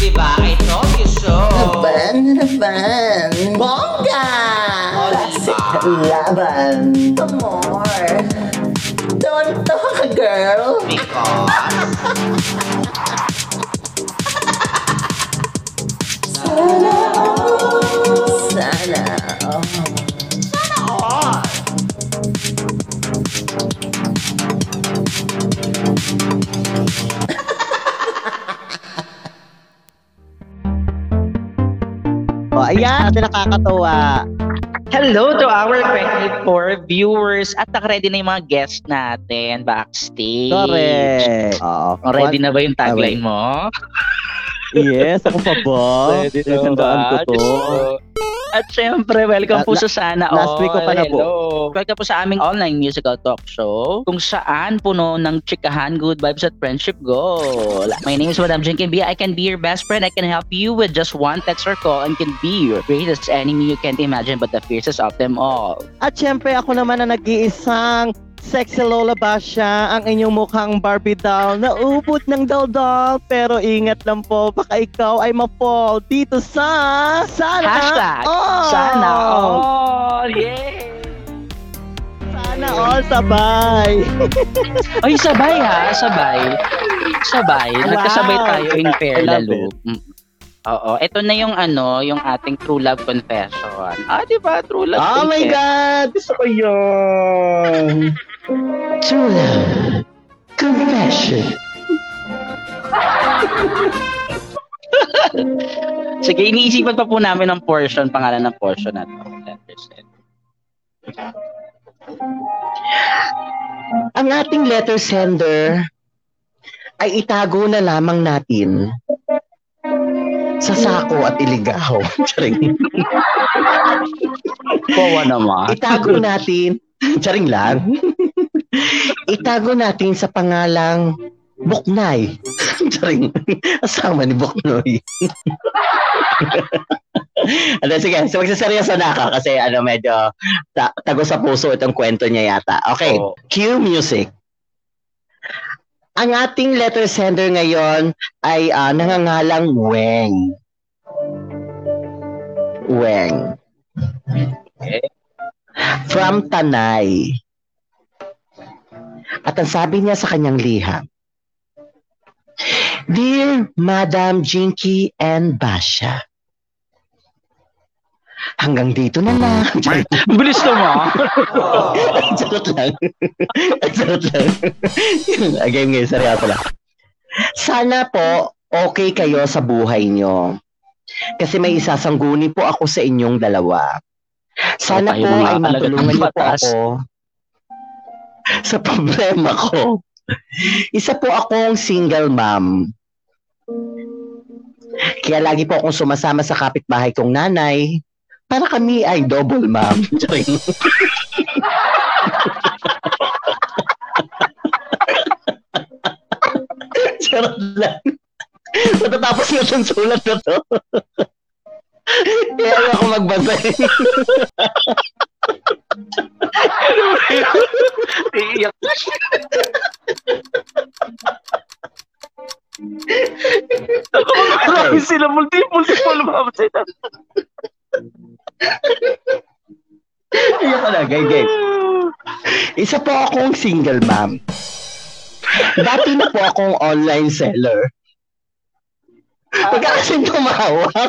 Diba? Laban, laban. Bongga! Classic laban. Some more. Don't talk, girl. Because... Sana. all. O, Oh, iya, ayan, na nakakatawa. Hello to our 24 viewers at nakaready na yung mga guests natin backstage. Correct. Oo. Ready na ba yung Okay. tagline mo? Yes, ako pa ba? Tinatandaan ko to. Ah, At syempre, welcome La- po sa Sana All. last week ko pa na po. Hello. Welcome po sa aming online musical talk show kung saan puno ng chikahan, good vibes at friendship goal. My name is Madam Jinkin B. I can be your best friend. I can help you with just one text or call and can be your greatest enemy you can't imagine but the fiercest of them all. At syempre, ako naman na nag-iisang sexy lola ba siya? Ang inyong mukhang Barbie doll na upot ng daldal. Pero ingat lang po, baka ikaw ay ma-fall dito sa... Sana! Hashtag, all! Sana all! Yay! Sana all sabay! Ay, sabay ha, sabay. Sabay. Nagkasabay Wow. tayo in I fair love lalo. Mm. Oo, ito na yung ano, yung ating true love confession. Ah, di ba? True love Oh my confession. God! Gusto ko yun! True love confession. Sige, iniisipan pa po namin ang portion, pangalan ng portion na to. 10%. Ang ating letter sender ay itago na lamang natin sa sako at iligaw. Charing. Kawawa naman. Itago natin. Charing lang. Itago natin sa pangalang Buknay. Charing. Asawa ni Buknoy. ano, sige. So, magsaseryoso na ako kasi ano, medyo ta- tago sa puso itong kwento niya yata. Okay. Oo. Cue music. Ang ating letter sender ngayon ay ah, nangangalang Weng. Weng. From Tanay. At ang sabi niya sa kanyang liham, Dear Madam Jinky and Basha, hanggang dito na lang. Ang Bilis naman. Charot lang. Charot lang. Again, ngayon, seryoso lang. Sana po, okay kayo sa buhay nyo. Kasi may isasangguni po ako sa inyong dalawa. Sana Tayo po mga ay alaga matulungan ng niyo po batas. ako sa problema ko. Isa po akong single mom. Kaya lagi po akong sumasama sa kapitbahay kong nanay para kami ay double mom. Charing. Charot lang. Matatapos na itong sulat na to. Kaya ayaw ako eh. magbantay. Iiyak. Grabe sila, multiple, multiple mabasay na. Ayaw ko na, gay, gay. Isa po akong single mom. Dati na po akong online seller. Pagka kasing tumawag.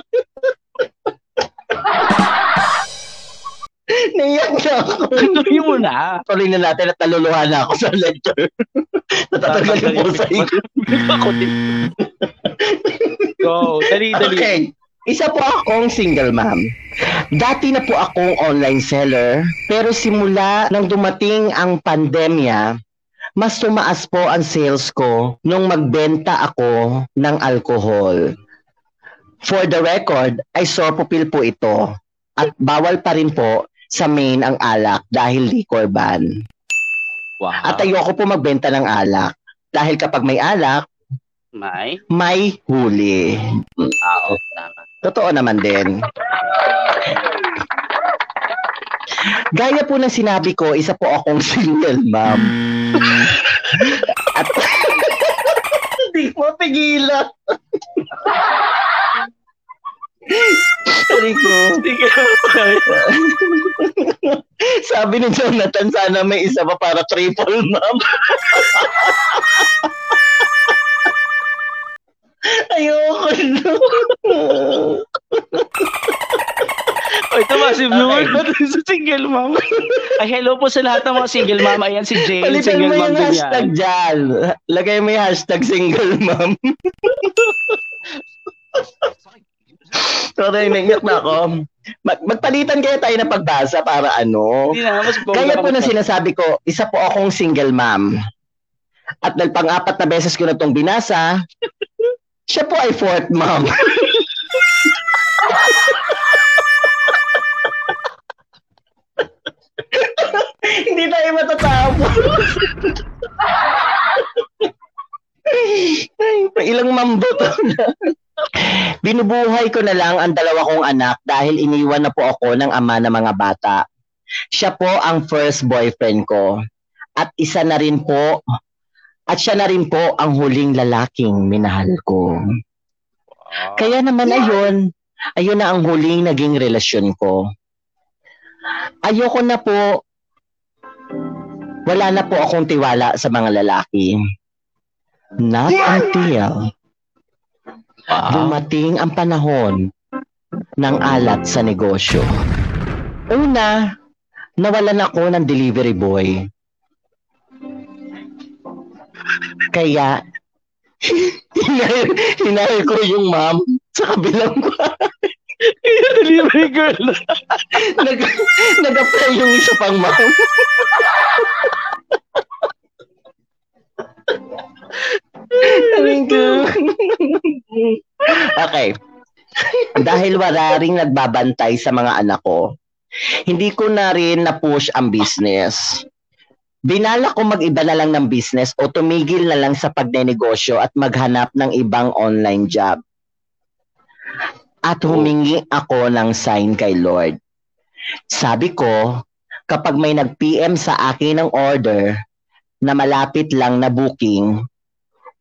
Naiyak na ako. Tuloy mo na. Tuloy na natin at naluluha na ako sa letter. Natatanggal yung pusa ko. Ako din. Go, dali, dali. Okay. Isa po akong single mom. Dati na po akong online seller, pero simula nang dumating ang pandemya, mas tumaas po ang sales ko nung magbenta ako ng alcohol. For the record, ay sopopil po ito at bawal pa rin po sa main ang alak dahil liquor ban. Wow. At ayoko po magbenta ng alak dahil kapag may alak, May? may huli. Tao. Tama. Totoo naman din. Gaya po ng sinabi ko, isa po akong single mom. At hindi ko mapigilan. Sorry ko. Sabi ni Jonathan, sana may isa pa para triple mom. Ayoko na. Ay, ito massive viewer. Okay. sa single mom. Ay, hello po sa lahat ng mga single mom. Ayan si Jane, Palitan single mo mom yung din hashtag yan. dyan. Lagay mo yung hashtag single mom. Sorry, nangyok na ako. Mag- magpalitan kaya tayo ng pagbasa para ano. Hindi na, mas bongga Kaya ka po na magpa- sinasabi ko, isa po akong single mom. At nagpang-apat na beses ko na itong binasa, siya po ay fourth mom. Hindi tayo matatapos. Ay, pa- ilang mom ba to na? Binubuhay ko na lang ang dalawa kong anak dahil iniwan na po ako ng ama ng mga bata siya po ang first boyfriend ko. At isa na rin po, at siya na rin po ang huling lalaking minahal ko. Kaya naman ayun, ayun na ang huling naging relasyon ko. Ayoko na po, wala na po akong tiwala sa mga lalaki. Not until Wow. dumating ang panahon ng alat sa negosyo. Una, nawalan ako ng delivery boy. Kaya, hinahil, hinahil ko yung mom sa kabilang ko. Delivery girl. Nag, nag-apply yung isa pang mom. Thank you. okay. Dahil wala rin nagbabantay sa mga anak ko, hindi ko na rin na-push ang business. Binala ko mag-iba na lang ng business o tumigil na lang sa pagnenegosyo at maghanap ng ibang online job. At humingi ako ng sign kay Lord. Sabi ko, kapag may nag-PM sa akin ng order na malapit lang na booking,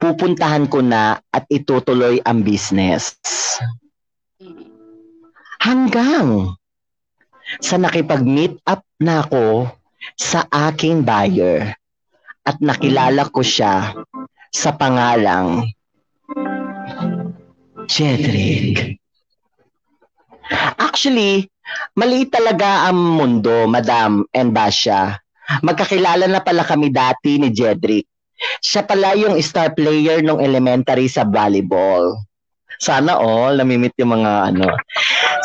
pupuntahan ko na at itutuloy ang business. Hanggang sa nakipag-meet up na ako sa aking buyer at nakilala ko siya sa pangalang Jedrick. Actually, maliit talaga ang mundo, Madam and Basha. Magkakilala na pala kami dati ni Jedrick siya pala yung star player nung elementary sa volleyball. Sana all, namimit yung mga ano.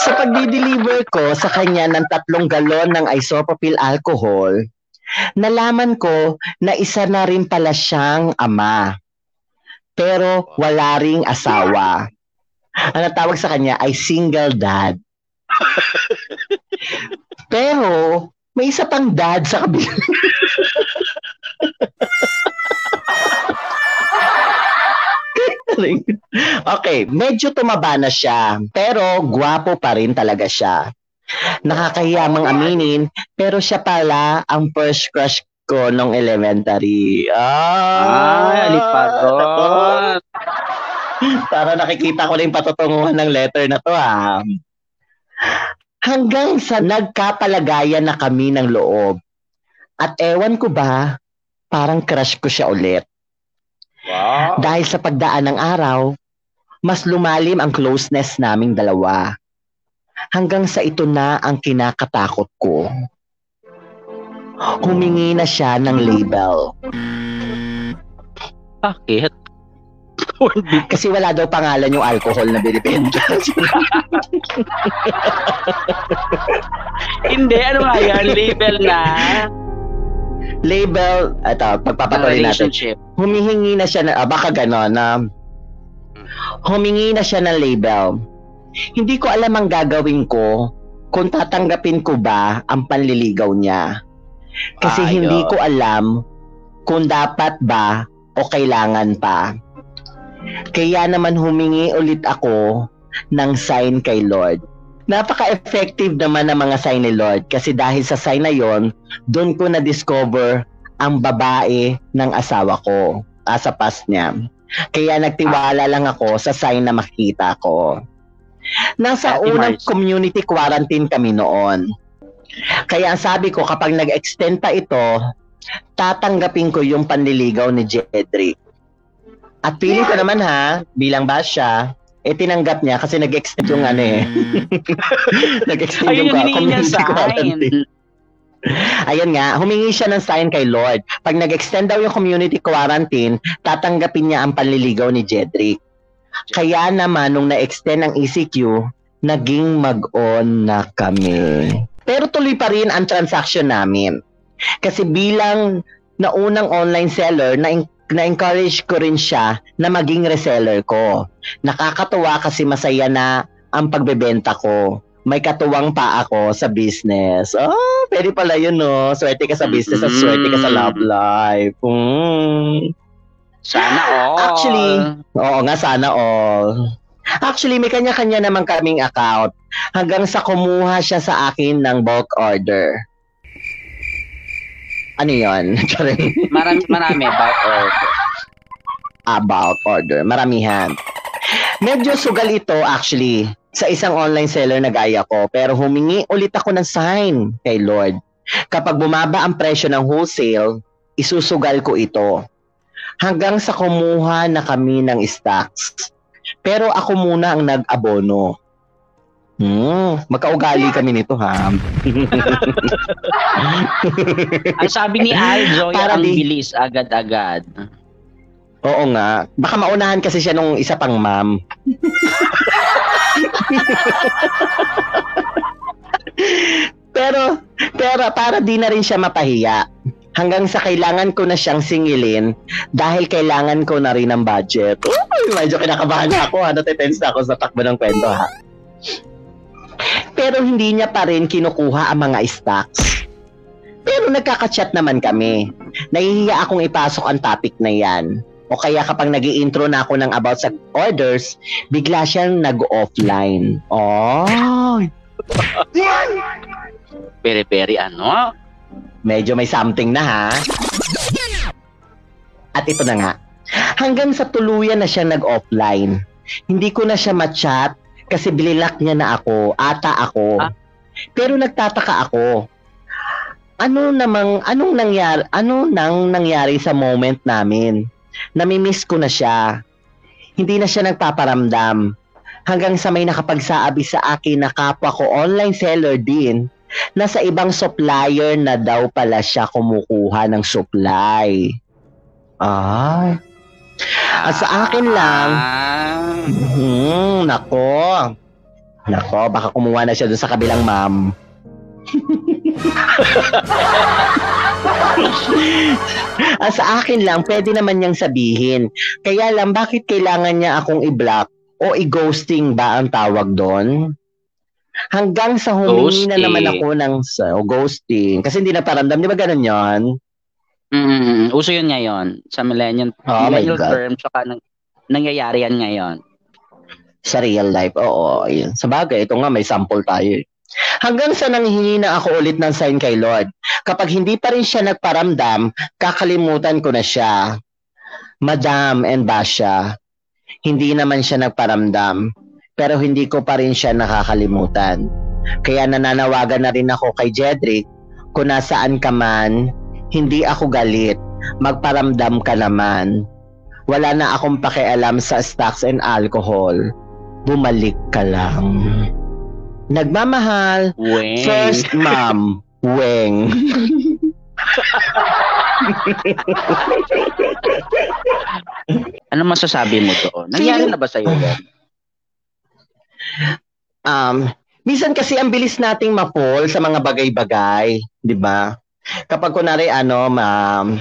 Sa pagdi-deliver ko sa kanya ng tatlong galon ng isopropyl alcohol, nalaman ko na isa na rin pala siyang ama. Pero wala ring asawa. Ang natawag sa kanya ay single dad. Pero may isa pang dad sa kabila. okay, medyo tumaba na siya, pero gwapo pa rin talaga siya. Nakakahiyamang aminin, pero siya pala ang first crush ko nung elementary. Ah, Ay, alipagot. Para nakikita ko na yung patutunguhan ng letter na to ha. Hanggang sa nagkapalagayan na kami ng loob. At ewan ko ba, parang crush ko siya ulit. Wow. Dahil sa pagdaan ng araw, mas lumalim ang closeness naming dalawa. Hanggang sa ito na ang kinakatakot ko. Humingi na siya ng label. Bakit? Kasi wala daw pangalan yung alcohol na binibenta. Hindi, ano nga yan? Label na. label, ito, ng pagpapatuloy natin. relationship. humihingi na siya na, ah, baka gano'n, na humingi na siya ng label. Hindi ko alam ang gagawin ko kung tatanggapin ko ba ang panliligaw niya. Kasi Ayos. hindi ko alam kung dapat ba o kailangan pa. Kaya naman humingi ulit ako ng sign kay Lord. Napaka-effective naman ang mga sign ni Lord kasi dahil sa sign na yon, doon ko na-discover ang babae ng asawa ko ah, sa past niya. Kaya nagtiwala lang ako sa sign na makita ko. Nasa Happy unang Mars. community quarantine kami noon. Kaya ang sabi ko, kapag nag-extend pa ito, tatanggapin ko yung panliligaw ni Jedrick. At feeling ko naman ha, bilang ba siya, eh tinanggap niya kasi nag-extend yung ano eh. nag-extend Ayun yung yung hiningi niya community sa akin. quarantine. Ayun nga, humingi siya ng sign kay Lord. Pag nag-extend daw yung community quarantine, tatanggapin niya ang panliligaw ni Jedrick. Kaya naman, nung na-extend ang ECQ, naging mag-on na kami. Pero tuloy pa rin ang transaction namin. Kasi bilang naunang online seller, na na-encourage ko rin siya na maging reseller ko. Nakakatuwa kasi masaya na ang pagbebenta ko. May katuwang pa ako sa business. Oh, pwede pala yun, no? Swerte ka sa business at swerte ka sa love life. Mm. Sana all. Actually, Oo nga, sana all. Actually, may kanya-kanya naman kaming account hanggang sa kumuha siya sa akin ng bulk order. Ano yon? Sorry. marami, marami about all. Ah, bulk order. Maramihan. Medyo sugal ito actually sa isang online seller na gaya ko pero humingi ulit ako ng sign kay Lord. Kapag bumaba ang presyo ng wholesale, isusugal ko ito. Hanggang sa kumuha na kami ng stocks. Pero ako muna ang nag-abono. Hmm, magkaugali kami nito ha. Ang sabi ni Al, Joy, Para ang di- bilis agad-agad. Oo nga. Baka maunahan kasi siya nung isa pang ma'am. pero, pero para di na rin siya mapahiya. Hanggang sa kailangan ko na siyang singilin dahil kailangan ko na rin ng budget. Uy, medyo kinakabahan na ako ha. Natitense na ako sa takbo ng kwento ha. Pero hindi niya pa rin kinukuha ang mga stocks. Pero nagkakachat naman kami nahihiya akong ipasok ang topic na yan. O kaya kapag nag intro na ako ng about sa orders, bigla siyang nag-offline. Oh, Peri-peri, ano? medyo may something na ha. At ito na nga. Hanggang sa tuluyan na siya nag-offline. Hindi ko na siya ma-chat kasi bililak niya na ako, ata ako. Ah. Pero nagtataka ako. Ano namang anong nangyari ano nang nangyari sa moment namin? Namimiss ko na siya. Hindi na siya nagpaparamdam. Hanggang sa may nakapagsabi sa akin na kapwa ko online seller din na sa ibang supplier na daw pala siya kumukuha ng supply. Ay. Ah, sa akin lang, Ah, Hmm, nako. Nako, baka kumuha na siya dun sa kabilang ma'am. Ah, sa akin lang, pwede naman niyang sabihin. Kaya lang, bakit kailangan niya akong i-block o i-ghosting ba ang tawag doon? Hanggang sa humingi na Ghosting. naman ako ng o ghosting. Kasi hindi na paramdam. Di ba ganun yon? mm, uso yun ngayon. Sa millennial, Oh my millennial God. term, tsaka nang, nangyayari yan ngayon. sa real life. Oo, yun. Sa bagay, ito nga may sample tayo. eh. Hanggang sa nanghingi na ako ulit ng sign kay Lord. Kapag hindi pa rin siya nagparamdam, kakalimutan ko na siya. Madam and Basha, hindi naman siya nagparamdam, pero hindi ko pa rin siya nakakalimutan. Kaya nananawagan na rin ako kay Jedrick, kung nasaan ka man, hindi ako galit, magparamdam ka naman. Wala na akong pakialam sa stocks and alcohol bumalik ka lang. Nagmamahal. Weng. First ma'am, Weng. Ano masasabi mo doon? Nangyari Feeling- na ba sa'yo yun? Um, minsan kasi ang bilis nating mapol sa mga bagay-bagay, 'di ba? Kapag kunari ano, ma'am,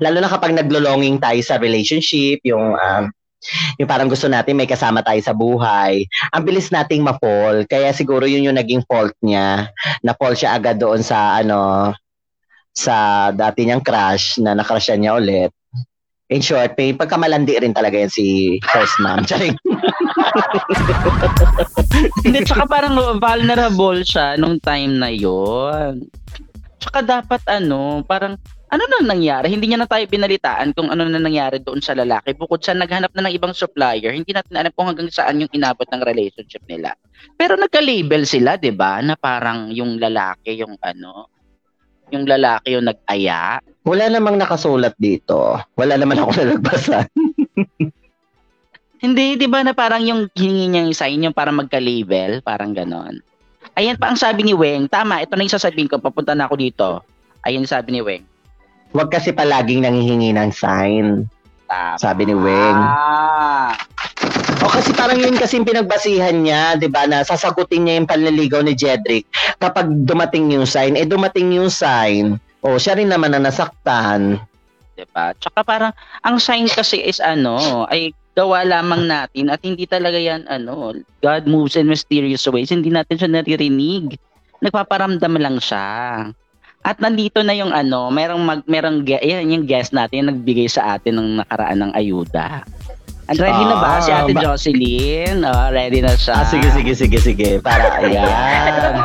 lalo na kapag naglo-longing tayo sa relationship, yung um, yung parang gusto natin may kasama tayo sa buhay, ang bilis nating mapol. Kaya siguro yun yung naging fault niya. Na-fall siya agad doon sa ano sa dati niyang crush na nakrushan niya ulit. In short, may pagkamalandi rin talaga yan si first ma'am. Charing. Hindi, tsaka parang vulnerable siya nung time na yon. Tsaka dapat ano, parang ano na nangyari? Hindi niya na tayo binalitaan kung ano na nangyari doon sa lalaki. Bukod sa naghanap na ng ibang supplier, hindi natin alam kung hanggang saan yung inabot ng relationship nila. Pero nagka-label sila, di ba? Na parang yung lalaki, yung ano, yung lalaki yung nag-aya. Wala namang nakasulat dito. Wala naman ako nalagbasa. Hindi, di ba na parang yung hiningi niya yung sign yung para magka-label, parang ganon. Ayan pa ang sabi ni Weng, tama, ito na yung sasabihin ko, papunta na ako dito. Ayan sabi ni Weng. Huwag kasi palaging nanghihingi ng sign, Tama. sabi ni Weng. Ah, O kasi parang yun kasi yung pinagbasihan niya, di ba, na sasagutin niya yung panliligaw ni Jedrick kapag dumating yung sign. Eh, dumating yung sign. O, siya rin naman na nasaktan. di ba? Diba? Tsaka parang, ang sign kasi is ano, ay gawa lamang natin at hindi talaga yan, ano, God moves in mysterious ways. Hindi natin siya naririnig. Nagpaparamdam lang siya. At nandito na yung ano, merong mag, merong, gue- yan yung guest natin yung nagbigay sa atin ng nakaraan ng ayuda. And ready na ba Ah, si Ate ba- Jocelyn? Oh, ready na siya. Ah, sige, sige, sige, sige. Para, ayan.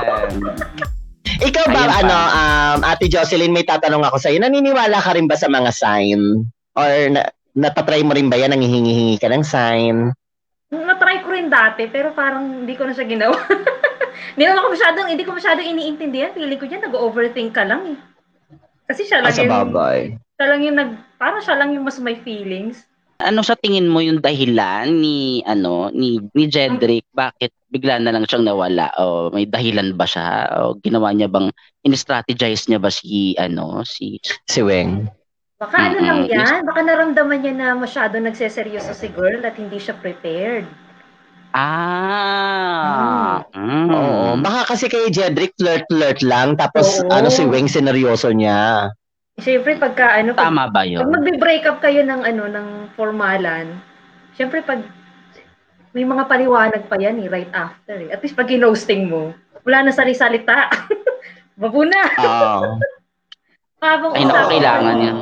Ikaw ba, Ayun pa. ano, um, Ate Jocelyn, may tatanong ako sa'yo. Naniniwala ka rin ba sa mga sign? Or na, napatry mo rin ba yan, nanghihingi-hingi ka ng sign? Na-try ko rin dati, pero parang hindi ko na siya ginawa. Hindi naman ako masyadong, hindi ko masyadong iniintindihan. Feeling ko dyan, nag-overthink ka lang eh. Kasi siya lang, Asa yung, babay. siya lang yung nag, parang siya lang yung mas may feelings. Ano sa tingin mo yung dahilan ni ano ni ni Jedrick bakit bigla na lang siyang nawala? O may dahilan ba siya? O ginawa niya bang in-strategize niya ba si ano si Si Weng. Baka ano Mm-mm. lang yan, baka naramdaman niya na masyado nagseseryoso si girl at hindi siya prepared. Ah. Mm. Oo. Baka kasi kay Jedrick, flirt-flirt lang. Tapos, Oo. ano, si Weng, sineryoso niya. Siyempre pagka ano, pag, Tama ba pag 'yun? magbe-break up kayo ng ano, ng formalan, siyempre pag may mga paliwanag pa yan eh, right after eh. At least pag ginosting mo, wala na salisalita. Babo na. Oo. Habang Ay, naku, usapan. kailangan yan.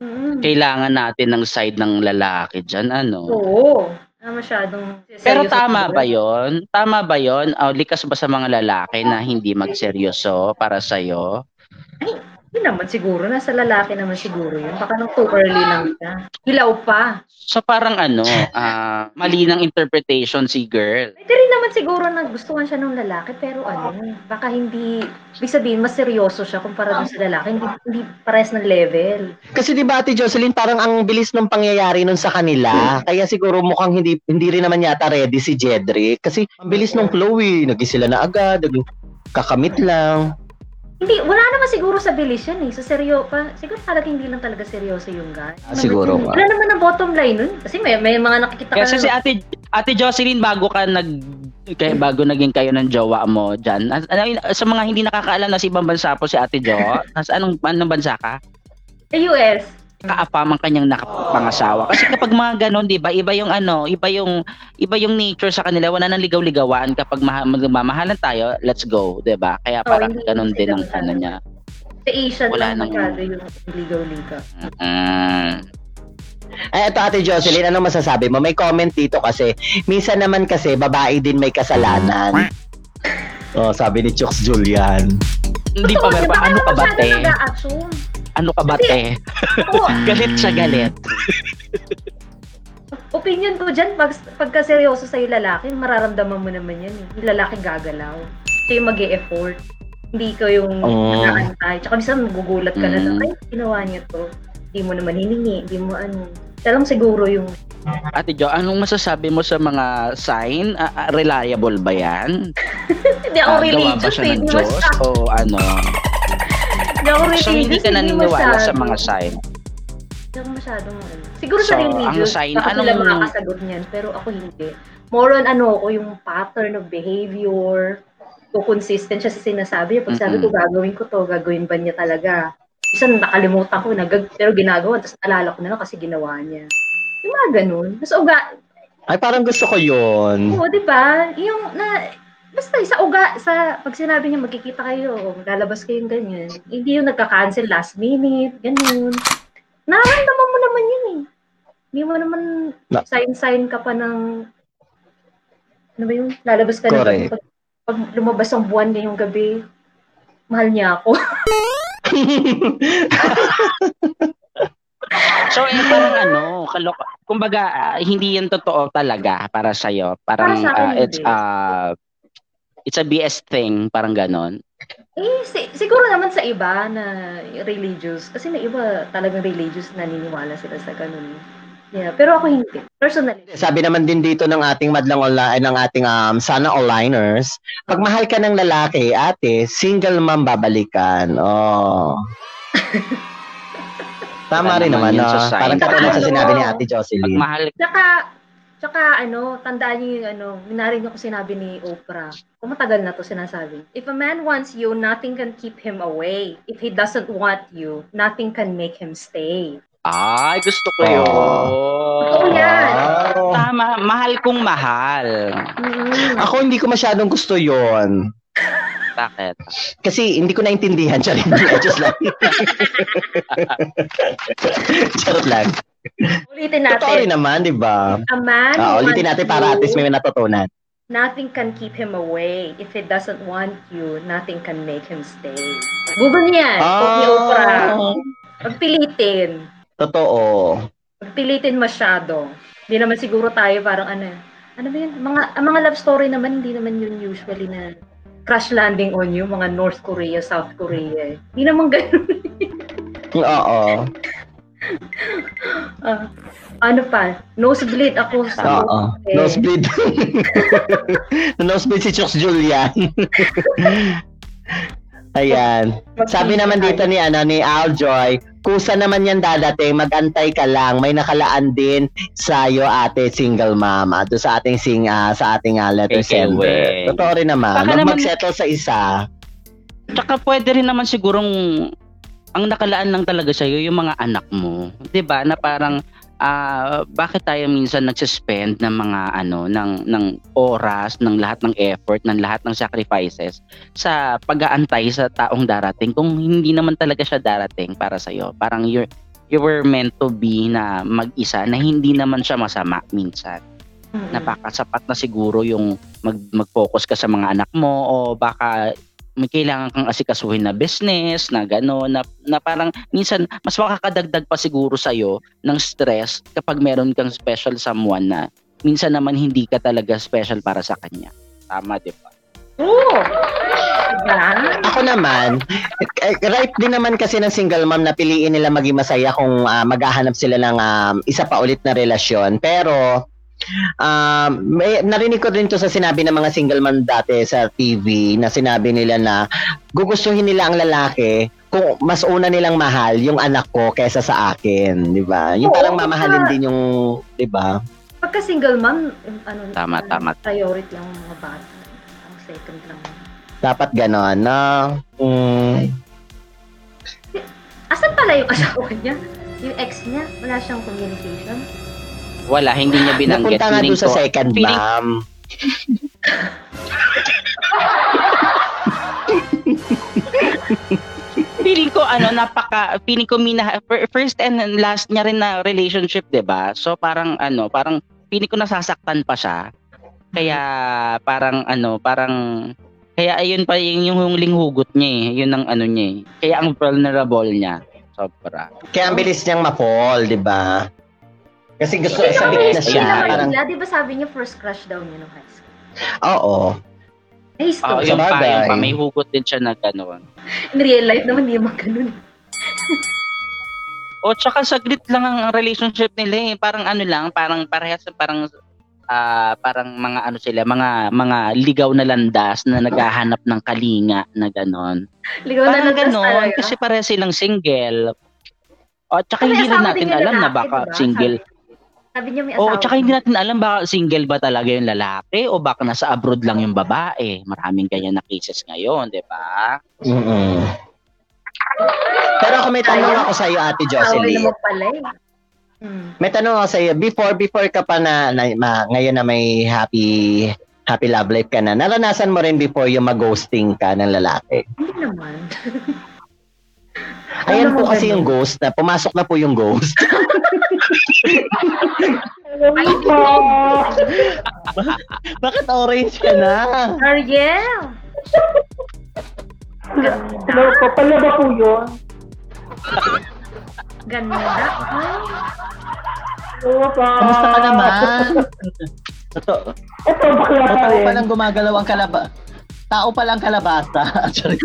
Mm. Kailangan natin ng side ng lalaki diyan ano. Oo. Na masyadong Pero seryoso tama siguro. ba 'yon? Tama ba 'yon? O likas ba sa mga lalaki na hindi magseryoso para sa Hindi naman siguro. Nasa lalaki naman siguro yun. Baka nang too early lang siya. Hilaw pa. So parang ano, ah mali ng interpretation si girl. Pwede rin naman siguro na gustuhan siya ng lalaki. Pero ano, baka hindi... Ibig sabihin, mas seryoso siya kumpara dun sa lalaki. Hindi, hindi pares ng level. Kasi di ba Ate Jocelyn, parang ang bilis ng pangyayari nun sa kanila. Kaya siguro mukhang hindi hindi rin naman yata ready si Jedrick. Kasi ang bilis nung Chloe, naging sila na agad, naging kakamit lang. Hindi, wala naman siguro sa bilis yan eh. Sa seryo pa, siguro talaga hindi lang talaga seryoso yung guy. Ah, siguro Wala nga. naman ang bottom line nun. Kasi may, may mga nakikita ka Kasi si Ate Ate Jocelyn bago ka nag kay bago naging kayo ng jowa mo diyan. Sa mga hindi nakakaalam na si ibang bansa po si Ate Jo, nasa anong anong bansa ka? Sa US. kaapamang kanyang nakapangasawa. Kasi kapag mga ganun, 'di ba, iba yung ano, iba yung iba yung nature sa kanila, wala nang ligaw-ligawan kapag maha- magmamahalan tayo, let's go, 'di ba? Kaya Oo, parang Oh, hindi ganun sila din ang masyado. ano niya. Sa Asian Wala lang naman. masyado yung ligaw-ligaw. Mm. Eh, eto Ate Jocelyn, ano masasabi mo? May comment dito kasi. Minsan naman kasi, babae din may kasalanan. Oh, sabi ni Chooks Julian. Hindi pa Kasi ba baka ano ka ba diba? masyado te? nag-a-assume. Ano ka ba te? Oo, Galit siya galit. opinion ko dyan, pag, pagka seryoso sa'yo lalaki, mararamdaman mo naman yan. eh. Yung lalaki gagalaw. Siya yung mag effort Hindi ko yung Oo. nakaantay. Tsaka minsan magugulat ka na lang, Mm. ay, ginawa niya to. Hindi mo naman hiningi, hindi mo ano. Siya lang siguro yung, Ate Jo, anong masasabi mo sa mga sign? Ah, ah, reliable ba yan? hindi ako Ah, gawa ba religious eh, siya ng hindi Diyos? masyado. O ano? Hindi ako religious, So, hindi ka naniniwala sa mga sign. Hindi ako masyadong ano. Siguro So, sa ang religious, sign, baka anong- sila makakasagot niyan, pero ako hindi. More on ano ko, yung pattern of behavior, kung consistent siya sa sinasabi niya. Pag sabi ko, Mm-mm. gagawin ko to, gagawin ba niya talaga? Isang nakalimutan ko, nagag, pero ginagawa, tapos alala ko na lang kasi ginawa niya. Yung mga ganun. Mas uga, Ay, parang gusto ko yun. oo, di ba? Yung na, basta sa uga, sa pag sinabi niya magkikita kayo, lalabas kayong ganyan. Hindi yung nagka-cancel last minute, ganun. Nararamdaman mo naman yun eh. Hindi mo naman Na- sign-sign ka pa ng, ano ba yun, lalabas ka na Correct. pag, pag lumabas ang buwan niya yung gabi, mahal niya ako. So, eh, parang ano, kalok, kumbaga, ah, hindi yan totoo talaga para sa'yo. Parang, Para sa akin, ah, it's, hindi. ah, it's a BS thing, parang ganon. Eh, si- siguro naman sa iba na religious. Kasi may iba talagang religious naniniwala sila sa ganun. Yeah, pero ako hindi. Personally. Sabi naman din dito ng ating madlang online, ng ating um, sana onliners, pag mahal ka ng lalaki, ate, single mom babalikan. Oh. Wala Tama rin naman naman, yun no? sa science. Parang katulad sa sinabi ni Ate Pag Jocelyn. mahal, Tsaka, tsaka ano, tandaan niyo yung ano, minarinig ko sinabi ni Oprah. Kung matagal na to sinasabi. If a man wants you, nothing can keep him away. If he doesn't want you, nothing can make him stay. ay, gusto ko yun. Oh. Oo yan. Wow. Tama, mahal kong mahal. Mm-mm. Ako hindi ko masyadong gusto yon Bakit? Kasi hindi ko naintindihan siya rin. Just lang. Charot lang. Ulitin Totoo rin natin. naman, di ba? A man Ah, who ulitin wants natin para at you, least may natutunan. nothing can keep him away. If he doesn't want you, nothing can make him stay. Google niya yan. Quote ni Oprah. Ah, Pagpilitin. totoo. Pagpilitin masyado. Hindi naman siguro tayo parang ano. Ano ba yun? Mga, ang mga love story naman, hindi naman yun usually na crash landing on you, mga North Korea, South Korea. eh. Hindi naman ganun. Oo. Ah, ano pa? Nosebleed ako sa... Oo. Eh. Nosebleed. Nosebleed si Chooks Julian. Ayan. Sabi naman dito ni ano ni Aljoy, kusa naman yan dadating, magantay ka lang. May nakalaan din sa'yo ate single mama. Doon sa ating sing ah, sa ating ah, letter Kay Kelwin. sender. Totoo rin Baka naman. Huwag naman- mag-settle sa isa. Tsaka pwede rin naman sigurong ang nakalaan lang talaga sa'yo yung mga anak mo. 'Di ba Na parang ah, bakit tayo minsan nagsispend ng mga ano ng ng oras, ng lahat ng effort, ng lahat ng sacrifices sa pag-aantay sa taong darating kung hindi naman talaga siya darating para sa Parang you you were meant to be na mag-isa na hindi naman siya masama minsan Mm-mm. Mm. napakasapat na siguro yung mag, mag-focus ka sa mga anak mo o baka may kailangan kang asikasuhin na business, na gano'n, na, na parang minsan mas makakadagdag pa siguro sa'yo ng stress kapag meron kang special someone na minsan naman hindi ka talaga special para sa kanya. Tama, di ba? True! Diba? Ako naman, eh, right din naman kasi ng single mom na piliin nila maging masaya kung ah, maghahanap sila ng um, isa pa ulit na relasyon. Pero um, may, narinig ko rin to sa sinabi ng mga single mom dati sa TV na sinabi nila na gugustuhin nila ang lalaki kung mas una nilang mahal yung anak ko kaysa sa akin, di ba? Yung Oo, parang tama. mamahalin din yung, di ba? Pagka single mom, yung ano, Tama, ano, tama. priority lang ang mga bata. Ang second lang. Dapat ganon, no? Mm. Asan pala yung asawa niya? Yung ex niya? Wala siyang communication? Wala, hindi niya binanggit. Napunta nga Feeling doon sa ko- second feeling- ma'am. feeling ko ano napaka feeling ko mina fir- first and last niya rin na relationship 'di ba so parang ano parang feeling ko nasasaktan pa siya kaya parang ano parang kaya ayun pa yung yung huling hugot niya eh yun ang ano niya eh kaya ang vulnerable niya sobra Kaya ang Oh. bilis niyang ma-fall, di ba? Kasi gusto, sabik na siya. Yun naman Parang, yun. Di ba sabi niya first crush daw niya nung high school? oo. High school. oh, yun. yung pa Sabagay. yung pa may hugot din siya na gano'n In real life naman, hindi naman ganun. O tsaka saglit lang ang relationship nila eh. Parang ano lang, parang parehas parang ah, parang mga ano sila, mga mga ligaw na landas na naghahanap ng kalinga na ganon. Ligaw na Parang lang ganon, kasi parehas silang single. O tsaka hindi rin natin alam na baka diba? single. Sabi, sabi niya may asawa. O tsaka hindi natin alam baka single ba talaga yung lalaki o baka nasa abroad lang yung babae. Maraming ganyan na cases ngayon, di ba? Mm-mm. Pero ako may tanong ako sa iyo, Ate Away Jocelyn. naman pala eh. Hmm. May tanong ako sa iyo. Before, before ka pa na, na ma- ngayon na may happy happy love life ka na, naranasan mo rin before yung mag-ghosting ka ng lalaki. Hindi naman. Ayan Ano po naman kasi ganun? yung ghost na, pumasok na po yung ghost. Ay, hindi. Bakit orange ka na? Ariel! Hello po, pala ba po yun? Ganun na. Ay, Kamusta Ah. ka naman? Totoo. Ito, bakla O, pa tao pa rin. lang gumagalaw ang kalaba. Tao pa lang kalabasa. Ah, Sorry.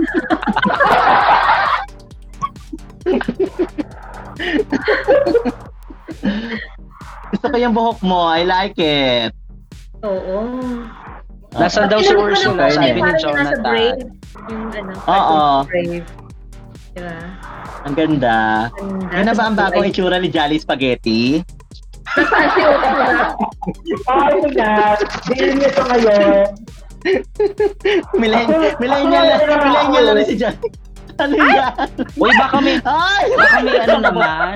Gusto ko yung buhok mo. I like it. oo. Nasaan daw si Pinanood ko Ursula? na eh. po siya, Sabi ni parang yung nasa Jonathan. Brave. Yung ano, Oo. cartoon Brave. Diba? Ang ganda. Ganda. Yun na ba ang bagong itsura ni Jolly Spaghetti? Nasaan si Ursula? Ay, na. Bilhin niyo ito ngayon. Milen, millennial na, millennial na rin si Jolly. Ano yan? Uy, baka may, Ay! baka may ano naman.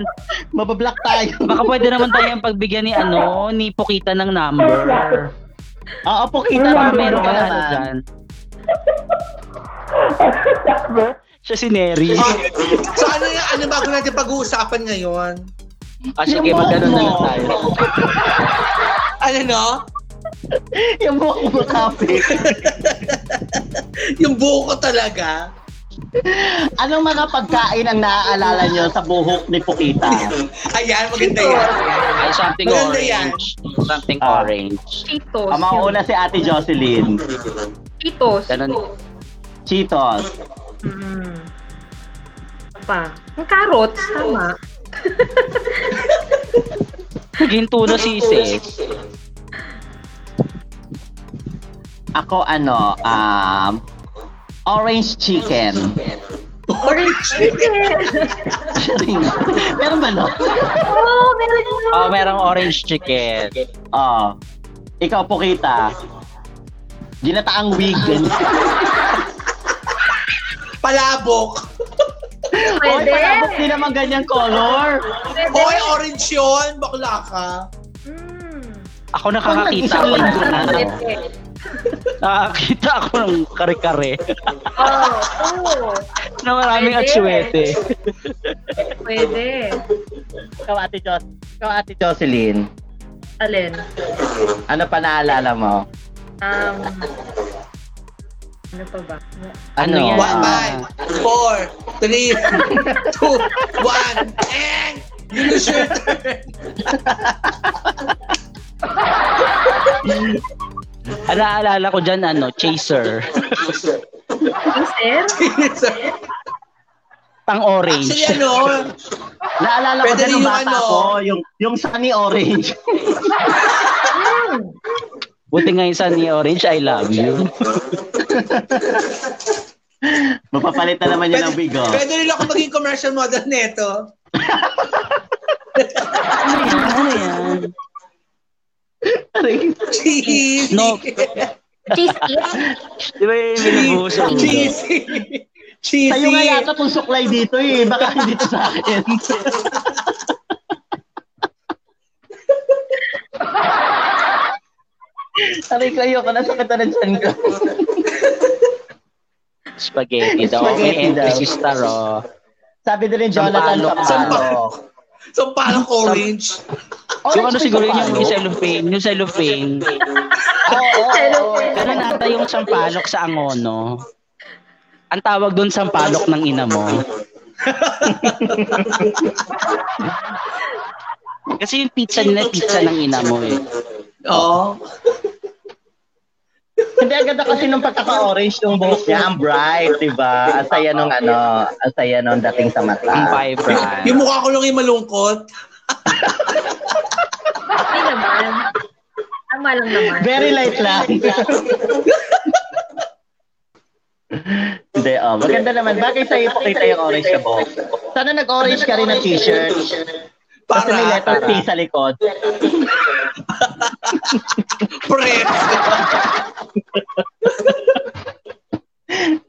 Mabablock tayo. Baka pwede naman tayong pagbigyan ni ano, ni Pukita ng number. Oo, po kita Baka na meron ka meron ka ano naman. dyan. Siya si Neri. Ah, so ano na, ano bago natin pag-uusapan ngayon? Ah, sige, Yung magkano na lang mo. tayo. Ano no? Yung buhok mo, Kapi. Yung buo ko talaga. Anong mga pagkain ang naaalala nyo sa buhok ni Pukita? Ayan, maganda yan. Ay, something Maganda yan. orange. Something Ah. orange. Cheetos. Ang mauuna si Ate Jocelyn. Cheetos. Ganun. Cheetos. Cheetos. Mm. Ano Pa. Ang carrots, tama. Ginto na sisi. Ako ano, um, orange chicken. Orange. Meron ba no? Oo, oh, meron yun. Oh, Ah, merong orange chicken. Oo. Oh. Ikaw Pukita. Ginataang wig. Palabok. Oy, Pwede. palabok din naman ganyang color. Pwede. Hoy, orange yun. Bakla ka. Mm. Ako nakakakita Isang ako ng linggo na. ano, Nakakita ako ng kare-kare. Oo, oo. na maraming Pwede. atsuwete. Pwede. Ikaw Ate, jo- Ikaw, Ate Jocelyn. Alin? Ano pa naalala mo? Um, ano pa ba? Ano Ano yan? yan? One, five, four, three, two, one, and you lose your turn. Ang naalala ko dyan, ano, chaser. Mister? Pang orange. Actually, ano, Naalala ko Pwede din rin nung yung bata ano. ko, yung, yung sunny orange. Buti nga yung sunny orange, I love you. Mapapalit na naman yun pwede, ng wig, oh. pwede rin ako maging commercial model nito. ano yan? Cheesy. No. Cheese eats? Di ba yung minubuso? Cheesy. Cheesy. Sa'yo nga yata kung suklay dito eh. Baka hindi to sa akin. Aray ko, ayoko. Nasakit na ng tiyan ko. Spaghetti daw. May oh. Spaghetti daw. emphasis taro. Sabi din ni Jonathan Sampalok. Sampalok. So parang orange. So ano siguro yun yung cellophane, yung cellophane. Ganun nata yung sampalok sa angono. Ang tawag doon sampalok ng ina mo. Kasi yung pizza nila, pizza ng ina mo eh. Oo. Hindi, ang ganda kasi nung pagkaka-orange nung buhok niya. Ang bright, di ba? Ang saya nung ano, ang saya nung dating sa mata. Ang Yung, vibrant. yung mukha ko lang yung malungkot. Ay naman. Tama lang naman. Very light lang. Hindi, oh. Maganda naman. Bagay sa iyo pakita yung orange na buhok. Sana nag-orange ka rin na t-shirt. Kasi may Para letter T sa likod. press.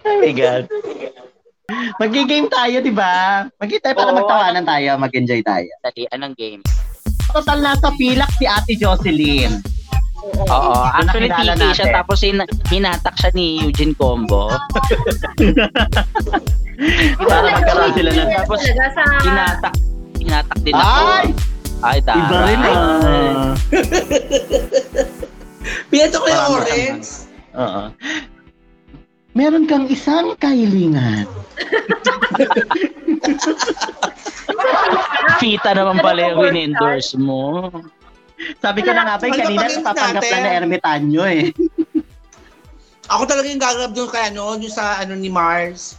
Oh my God. Mag-game tayo, di ba? mag tayo para Oo. magtawanan tayo, mag-enjoy tayo. Dali, anong game? Total nasa pilak si Ate Jocelyn. Oo, actually nakilala TV siya natin. tapos hin- hinatak siya ni Eugene Combo. Para magkaroon sila ng... Tapos, Talaga sa... Hinatak, hinatak din ako. Ay! Ay, eh. tara. Iba rin ah. Pinato ko yung Parang- orange. Oo. Meron kang isang kailingan. Sa pizza? Fita naman pala yung win-endorse mo. Sabi ko na nga ba, eh, Alam, kanina pag-inom napapanggap natin. lang na ermitanyo eh. Ako talaga yung gagrab doon kay ano, yung sa ano ni Mars.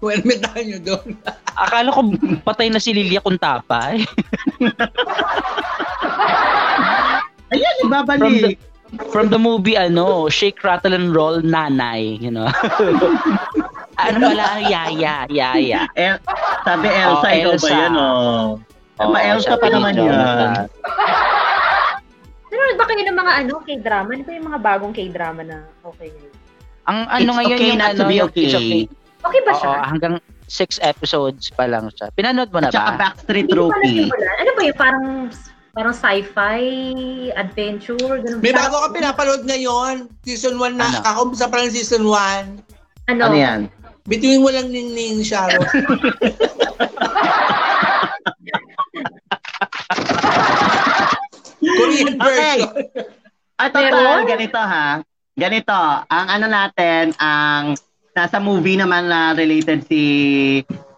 Kung ano metal nyo doon. Akala ko patay na si Lilia Kuntapa. eh. Ayan, From the, ibabalik. from the movie, ano, Shake, Rattle, and Roll, Nanay, you know. ano pala, yaya, yaya. El- sabi Elsa, Oh, ikaw ba Elsa. yan oh? Oo, Ma-Elsa siya pa si naman Jonathan. yan. Nanonood ba kayo ng mga ano, K-drama? Ano ba yung mga bagong K-drama na okay ngayon? Ang ano It's ngayon okay yung not ano, to be yung okay. It's okay. Okay ba siya? Oo, hanggang six episodes pa lang siya. Pinanood mo na Tsaka ba? Backstreet Hindi ko pala Rookie. simulan. Ano ba yung parang parang sci-fi, adventure, ganun. May bago ka Parang- pinapalood ngayon. Season 1 na. Ano? Ako, sa parang season 1. Ano? Ano yan? Between walang ningning, Sharo. Korean version. At total, Meron? ganito ha. Ganito, ang ano natin, ang nasa movie naman na related si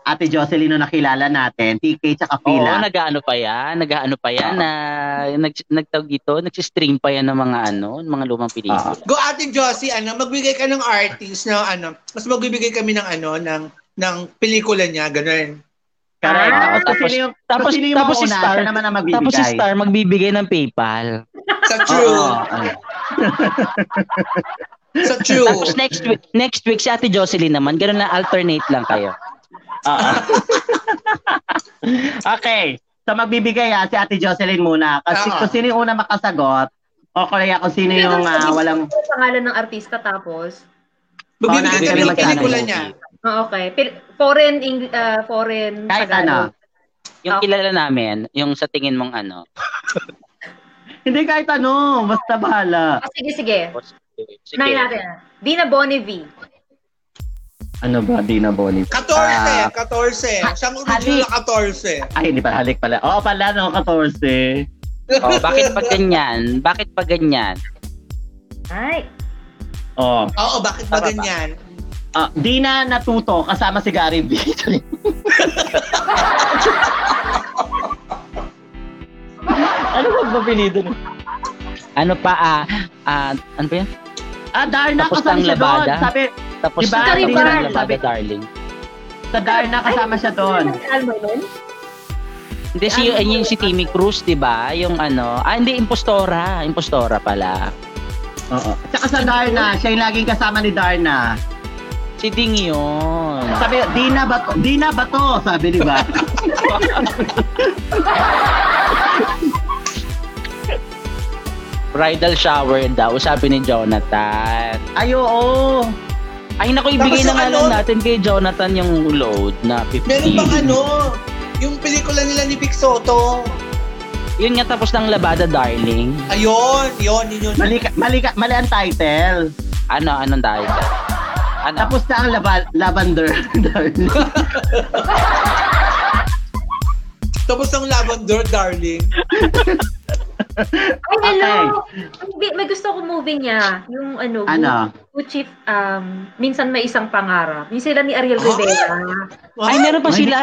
Ate Jocelyn na nakilala natin, TK tsaka Oo, Pila. nag-ano pa yan, nag-ano pa yan, na, nag, nagtawag dito, nagsistream pa yan ng mga ano, ng mga lumang pelikula. Go Ate Josie, ano, magbigay ka ng artist na ano, mas magbibigay kami ng ano, ng ng pelikula niya, ganun. Correct. Ah, Kung tapos- sino yung- kung tapos- sino yung tapos si mauna, Star. siya naman ang magbibigay. Tapos si Star magbibigay ng PayPal. Sa Oo, ano. true. oo. Sa true. Tapos next week, next week si Ate Jocelyn naman, ganun na alternate lang kayo. Oo. Ah, okay. So magbibigay ha, si Ate Jocelyn muna. Kasi Oo. kung sino yung una makasagot, o kaya kung sino yung ah, walang... Yung pangalan ng artista tapos. Oo, Magbibigay kami ng nagbibigay pelikula ng niya. Ah, okay. Pil- foreign, Eng- ah, foreign Kahit ano. Yung Okay. kilala namin, yung sa tingin mong ano. Hindi kahit ano, basta bahala. Ah, sige, sige. Sige. Unahin natin. Dina Bonnevie. Ano ba, Dina Bonnie? Ah. 14, 14. Siyang original na 14. Ay, hindi pala halik pala. Oo pala, no, 14. Oh, bakit pa ganyan? Bakit pa ganyan? Ay. Oh, Oo, bakit ba Tama ba? ganyan? ah, Dina natuto kasama si Gary V. ano ba mapilido nun? Ano pa, ah, ah, ano pa yan? Ah, Darna Tapos kasama ang siya doon. labada. Sabi, Tapos Diba? tapos Karibal. ang labada, darling. sa Darna kasama siya doon. Alma nun? Hindi, si, yun, yun si Timmy Cruz, di ba? Yung ano, ah, hindi, impostora. Impostora pala. Oo. Tsaka sa Darna, siya yung laging kasama ni Darna. Si Ding yun. Sabi, Dina ba to? Dina ba to? Sabi, di ba? Bridal shower daw, sabi ni Jonathan. Ay, oo. Ay, naku, ibigay Tapos na yung nga lang ano? natin kay Jonathan yung load na 50. Meron Hmm. bang ano, yung pelikula nila ni Vic Soto. Yun nga tapos ng labada, darling. Ayun, yun, yun, yun. Mali, ka- mali, ka- mali ang title. Ano, anong dahil? Ano? Tapos na ang lava- lavender. Darna. Tapos ang Lavender, darling. Ay, hello! May, may gusto ko movie niya. Yung ano, ano? Gucci, um, minsan may isang pangarap. Yung sila ni Oh. Ariel Rivera. Ay, meron pa Ay, sila.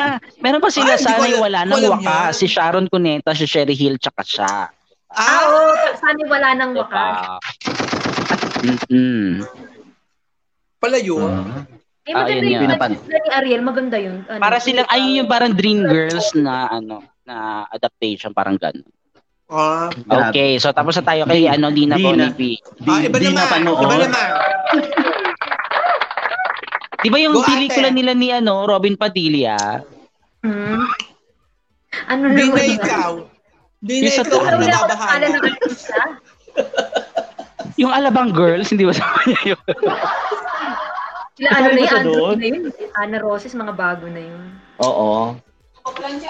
Meron pa sila. Ay, hindi ko Sana'y alam- wala hindi ko nang alam wakas. yan. Si Sharon Cuneta, si Sherry Hill, tsaka siya. Ah, Ah, oo. Sana wala nang wakas. Diba? Mm-mm. pala yun. Ah. Eh, Ah, maganda yun yun. yun. Maganda ni Ariel, maganda yun. Ano, Para silang, ayun yung parang Dream Girls na, ano, na adaptation, parang ganun. Ah, Grabe. Okay, so tapos na tayo kay, ano, Lina Lina. Bonnevie. Di, ah iba di naman. napanood. Iba naman. Di ba yung Go, ate. pelikula nila ni, ano, Robin Padilla? Hmm. Ano naman yun? Hindi na Ano ikaw. Hindi na Yung sa ikaw Ano? totoo Hindi ang ako nakala nababahala. ng artista. Yung Alabang Girls, hindi ba sa kanya yun? Sila ano Ano na ba yun, sa Andrew doon? na yun. Ana Roses, mga bago na yun. Oo.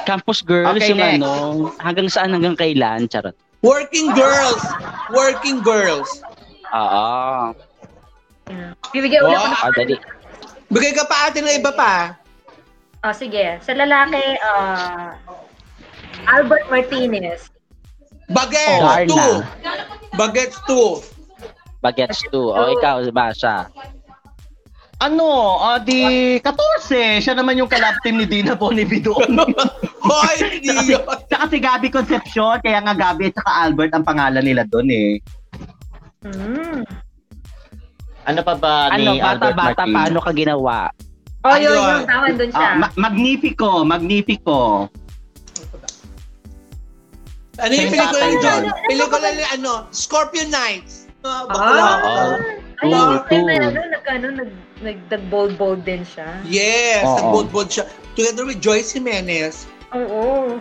Campus Girls, Okay, yung next. ano, hanggang saan, hanggang kailan, charot. Working girls. Working girls. Oo. Yeah. Bibigyan ulit ako ng Ah, dali. Bigay ka pa atin ng iba pa. Ah, sige. Sa lalaki, ah, Albert Martinez. Bagets Oh, 2. Darna. Bagets 2. Bagets 2. O, Oh, ikaw, Basha. Ano? Ah, di 14. Siya naman yung kalab team ni Dina Bonnevie doon. Hoy, hindi yun. Tsaka si Gabi Concepcion, kaya nga Gabi at saka Albert ang pangalan nila doon eh. Mm. Ano pa ba ni Ano, Albert bata-bata, Martin? paano ka ginawa? Oh, yun, Ayun. yun. Tama doon siya. Ah, ma- magnifico, magnifico. Ano yung Sino pelikula tatay ni John? doon? Pelikula ni ano? Scorpion Knights. Ah, bakla. Ah, Oo. Ay, Oo, okay, oo. talaga, nag, ano, nag, nag, nag-bold-bold din siya. Yes, Oo. nagbod-bod siya. Together with Joyce Jimenez. Oo.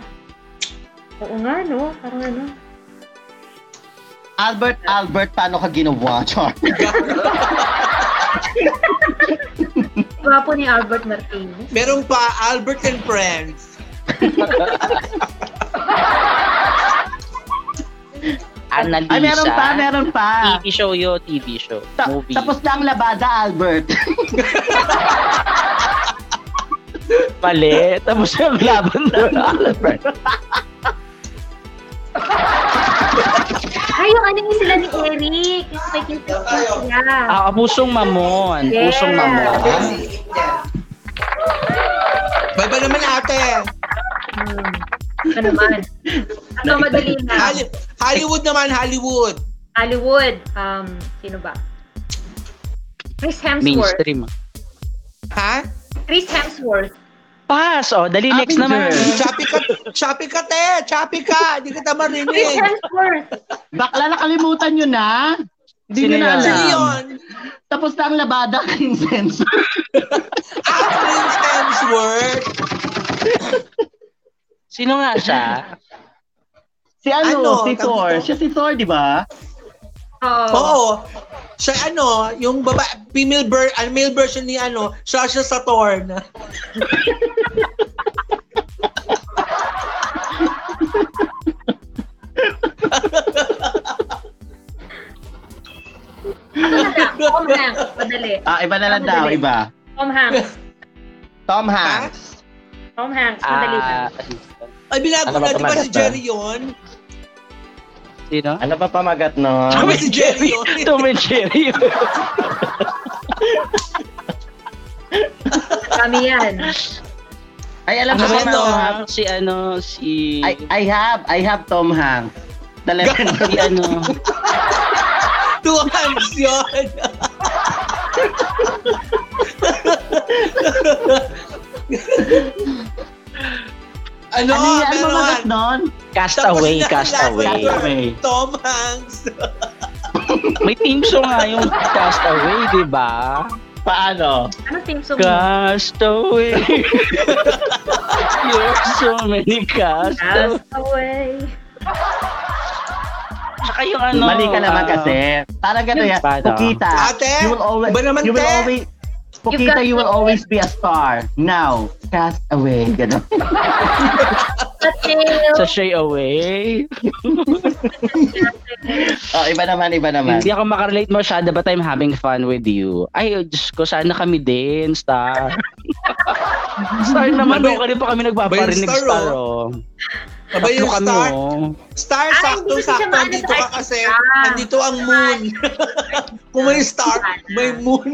Oo nga, no? Parang ano. Albert, Albert, paano ka ginawa? Char. Gwapo ni Albert Martinez. Meron pa Albert and Friends. Annalisa. Ay, meron pa, meron pa. TV show yun, TV show. Ta- movie. tapos na ang labada, Albert. Mali. Tapos yung laban doon. Albert. Ay, yung ano yung sila ni Eric. Yung kay Kim sila. Ah, pusong mamon. Yes. Pusong mamon. Bye ba naman ate? Hmm. Ano naman? Ano madali na? Holly- Hollywood naman, Hollywood. Hollywood. Um, sino ba? Chris Hemsworth. Mainstream. Ha? Chris Hemsworth. Pass. Oh, dali next naman. Avengers. Choppy ka, choppy ka te, choppy ka. Hindi Chris kita marinig. Hemsworth. Bakla, nakalimutan nyo na. Hindi Sino nyo na yun? Sino alam. Ano yun? Tapos na ang labada, Vincent. Ah, Prince Hemsworth. Sino nga siya? si ano, Ano, si tawag Thor. dito? Siya si Thor, di ba? Oo. Oo. Siya ano, yung baba, female ver, uh, male version ni ano, Sasha Saturn. Ano na lang? Tom Hanks. Madali. Ah, iba na lang Ano daw, ba yun? iba. Tom Hanks. Tom Ha? Hanks. Tom Hanks. Madali na. Ah, Ay, binago Ano ba na, di ba si kumagat to? Jerry yun? sino? Ano pa pamagat no? Di ba si Jerry yun? Tom and Jerry. Kami yan. Ay, alam Ano ko ba ba ito? Tom Hanks? si ano, si... I, I have, I have Tom Hanks. Talaga. si ano, Two hands yun. ano yan? ano, Ano meron? pamagat nun? Castaway, Tapos na Castaway. laban. Castaway. Tom Hanks. May team song nga yung Castaway, di ba? Paano? Ano team song mo? Castaway. You're so many castaway. Castaway. Tsaka yung ano. Mali ka naman ah, kasi. Parang gano'n Yung yan. paano? Pukita. Ate, You will always, ba naman you will te? always, Pukita, got you will always be a star. Now, cast away. Gano'n. Mateo. Sashay away. oh, iba naman, iba naman. Hindi ako makarelate masyado but I'm having fun with you. Ay, oh, Diyos ko, sana kami din, star. star naman, no, Ba- kanina pa kami nagpaparinig ba yung star, star, star oh. Aba yung Tatlo kami, star. oh. Star, Ay, hindi ko siya sakto-sakto. maano sa Andito ka ice kasi. cream. Andito ang moon. Kung may star, may moon.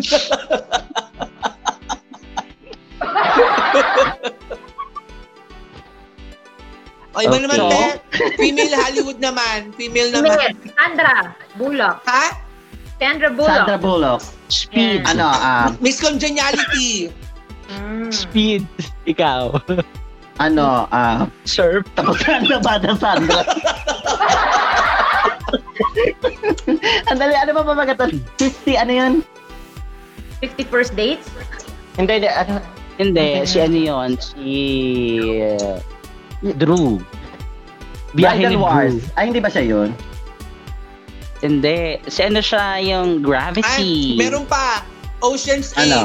Ay, iba Okay. naman, te. Female Hollywood naman. Female naman. Minute. Sandra Bullock. Ha? Sandra Bullock. Sandra Bullock. Speed. Yeah. Ano, um, Miss Congeniality. Mm. Speed. Ikaw. ano, ah, Surf. tapos na ba na Sandra? Ang dali, ano ba pamagat nun? 50, ano yun? 51st Dates. Hindi, hindi, ano? Hindi, si ano yun? Si... eh, Drew. Biyahe ni Drew. Bridal Wars. Ay, hindi ba siya yun? Hindi. Si ano siya yung Ay, Gravity. meron pa. Ocean's 8. Ano?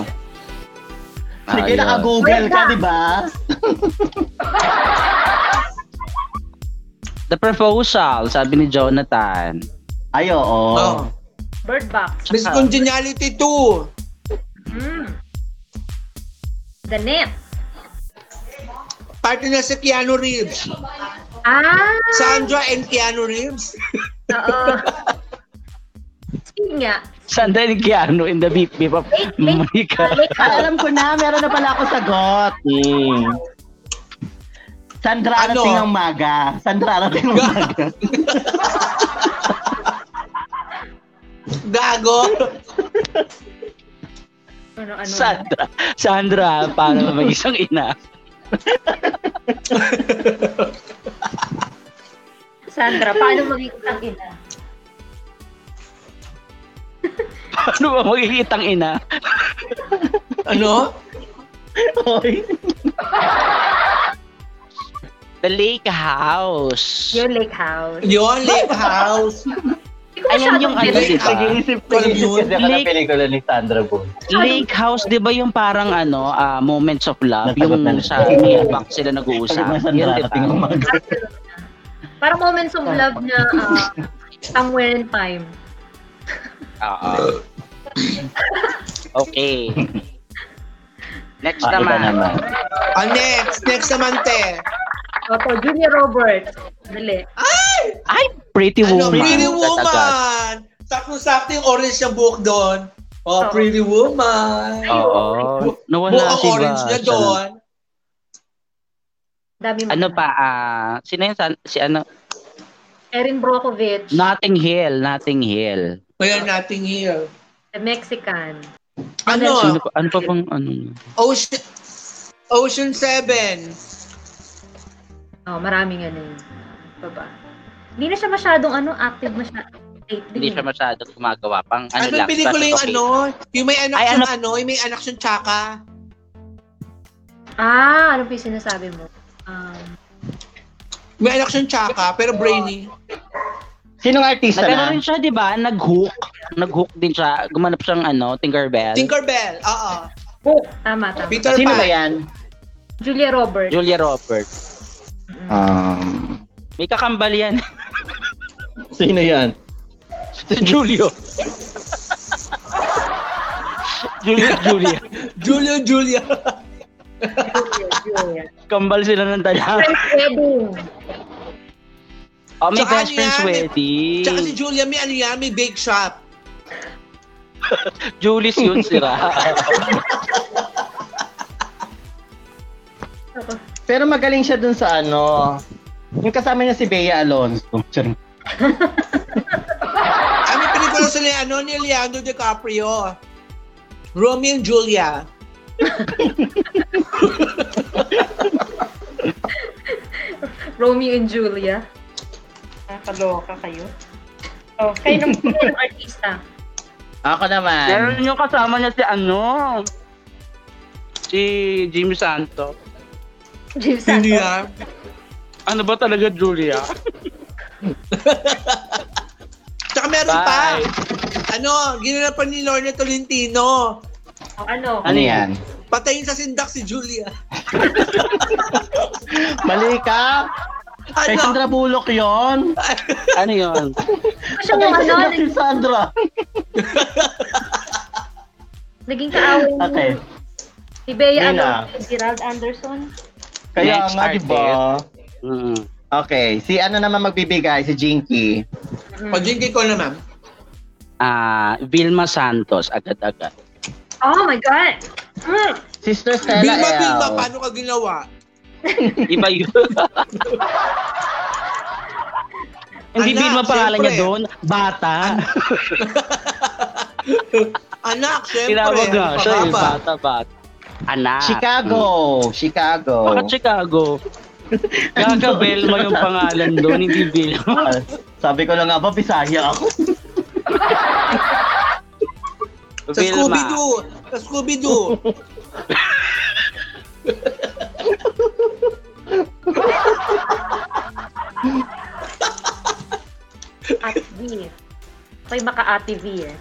Sige, yun. naka-google Wait ka, lang. di ba? The Proposal, sabi ni Jonathan. Ay, oo. Oh. Bird Box. Miss Congeniality 2. Mm. The Net. Party na si Keanu Reeves. Ah! Sandra and Keanu Reeves. Oo. Sige nga. Sanda ni Keanu in the Beep Beep of Wait, wait. Ano? Monica. Lake Ay, House. Hmm. alam ko na, meron na pala ako sagot. Saan darating Ano? ang maga? Saan darating ang maga? Gago! Ano, ano. Sandra. Sandra, paano mag isang ina? Sandra, paano maging isang ina? Paano Ano ba magiging itang ina? Ano? Oy. The Lake House. Yung lake house. Yun, lake house. Hindi ko Ayan masyadong ah. yung ano, gets. di ba? Nag-iisip Alam yun. nag-iisip kasi ako ng Lake- pelikula ni Sandra Bullock. Lake House, di ba yung parang ano, ah, Moments of Love, Nasagot yung na- sa may habang sila nag-uusap. Sabi mo, Sandra, Yun, di Ah, ba? dating ang maga. Parang moments of love na ah, somewhere in time. Oo. Okay. Next Ah, iba naman. naman. Ah, next. Next naman, te. Opo, Junior Robert. Dali. Ay, Pretty Ano, Woman. Pretty Tatagas. Woman! Sakto-sakto yung orange na buhok doon. Oh, Oo. Pretty Woman! Oo. Nawala Buhok ang Oh. si ba? orange niya Siya lang. doon. Dami mo. Ano pa? ah, sino yun? San- Si ano? Erin Brockovich. Nothing Hill. Nothing Hill. Kaya nating here. The Mexican. Sino Ano? pa? Ano pa bang ano? Ocean... Ocean 7. Oh, maraming ano yun. Baba. Hindi na siya masyadong ano, active masyadong lately. Hindi siya masyado gumagawa pang ano Ano, lang. yung pelikula basta yung okay. ano? Yung may anak Ay, siyang ano- ano? Yung may anak siyang tsaka. Ah, ano ba yung sinasabi mo? Um, May anak siyang tsaka, pero brainy. Sinong artista Nagano na? rin siya, di ba? Nag-hook. Nag-hook din siya. Gumanap siyang ano, Tinkerbell. Tinkerbell, oo. tama, tama. Peter Sino ba Pan. yan? Julia Roberts. Julia Roberts. Um, May kakambal yan. Sino yan? si Julio. Julia, Julia. Julia, Julia. Julia, Julia. Kambal sila ng tala. Friends wedding. Oh, may Tsaka best ano friends yan, may- wedding. Tsaka si Julia, may ano yan, may bake shop. Julius yun sila. Ako. Pero magaling siya dun sa ano. Yung kasama niya si Bea Alonso. Charing. Ah, may pelikula sila yung ano, ni Leandro DiCaprio. Romeo and Julia. Romeo and Julia. Nakakaloka kayo. Oh, kayo ng, kayo ng artista. Ako naman. Meron yung kasama niya si ano? Si Jimmy Santo. Jill Hindi Santos. yan. Ano ba talaga Julia? Tsaka meron pa. Bye. Ano, ginanapan ni Lorna Tolentino. Oh, ano? Ano yan? Patayin sa sindak si Julia. Mali ka? Kay Ano? Sandra Bullock yun? ano yun? Ano siya yung ano? Si nag- Sandra. Naging kaaway ni, Okay. ni Bea, Yun ano? Gerald Anderson. Kaya Next nga, di ba? Mm. Okay. Si ano naman magbibigay? Si Jinky. Pag-jinky ko naman. Ah, Vilma Santos, agad-agad. Oh my God! Mm. Sister Stella Bilma, L. Bilma, paano ka ginawa? Iba yun. Hindi Anak, Vilma pangalan niya siyempre. doon. Bata. Anak, syempre. Tinawag na ano siya pa eh. ba? Bata, bata. Anak. Chicago. Chicago. Bakit Chicago? Gagabel mo yung pangalan doon, hindi Vilma. Ah, Sabi ko lang nga ba, Bisaya ako. Sa Scooby-Doo. Sa Scooby-Doo. At V. Okay, maka Ate V eh.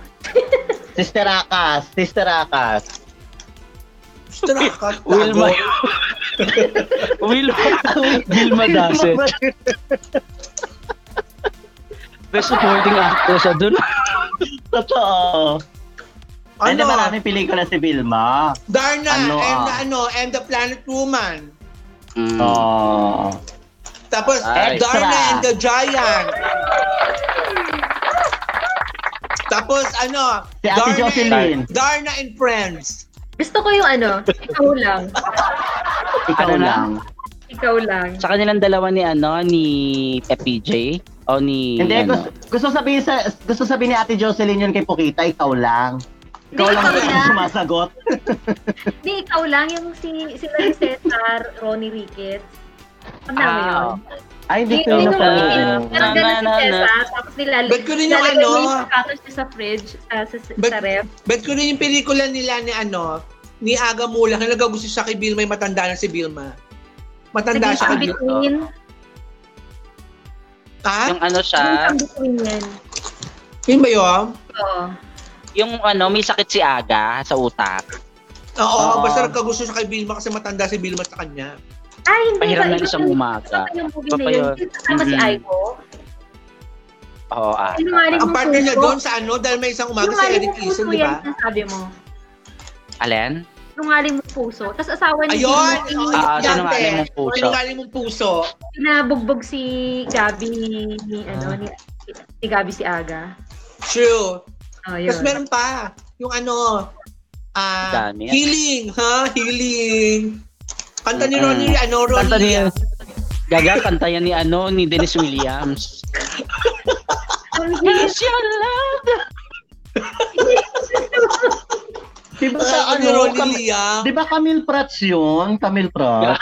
Sister Akas. Sister Akas. Strakat. Wilma. Wilma. Vilma Dasset. Best supporting actress siya doon. Totoo. Ano? Hindi maraming pelikula si Vilma. Darna Ano, and ah. the ano and the Planet Woman. Mm. Hmm. Oh. Oo. Tapos Ay. Darna Extra. and the Giant. Tapos ano, Si Ate Jocelyn. and, Darna and Friends. Gusto ko yung ano, ikaw lang. Ikaw Ano na? lang. Ikaw lang. Sa kanilang dalawa ni ano, ni FPJ o ni Hindi, ano. gusto, gusto sabihin sa gusto sabihin ni Ate Jocelyn yun kay Pukita, ikaw lang. Ikaw lang ikaw ang lang. sumasagot. Hindi, ikaw lang. Yung si, si Larry Cesar, Ronnie Ricketts. Ano mo Ah. yun? Ay, hindi ko Hindi yun. nung Ah. Parang ganun si Cesar, tapos nilalagay. Bet ko rin yung nilalagay ano. yung sapatos niya sa fridge, ah, sa, sa, sa, Bet- sa ref. Bet ko rin yung pelikula nila ni ano, ni Aga Mula, na nagagusto siya kay Vilma, yung matanda na si Vilma. Matanda Naging siya kay Vilma. in-between. Ha? Yung ano siya, Naging in-between yan. Yun ba yun? Oo. yung ano, may sakit si Aga sa utak. Oo, Oo. basta nagkagusto siya kay Vilma kasi matanda si Vilma sa kanya. Ay, hindi. Pahiram ba- ng isang iba- umaga. Iba pa yung movie Iba na pa yun. yun. Yung Kasama si Mm-hmm. Mhm. Aiko. Oo, ah. Yung maling Ang parte niya puso. doon sa ano, dahil may isang umaga Yung si maling Eric puso Eason, di yan, ba? sinasabi mo. Alen? Nungaling mo puso. Tapos asawa ni Ayun! Yung- Ah, Ah, sinungaling mong puso. Sinungaling mong puso. Pinabugbog si Gabi ni, ni ano Ah. ni, ni Gabi si Aga. True. Oh, yun. Tapos meron pa, yung ano, ah, Dami. healing, ha? Healing. Kanta ni Mm-mm. Ronnie, ano, Kanta ni Ronnie. Gaga, kanta yan ni ano, ni Dennis Williams. Yes, your love! Di ba Sa sa ano, ano, Ronnie Cam- Liang. di ba Camille Prats yun? Camille Prats.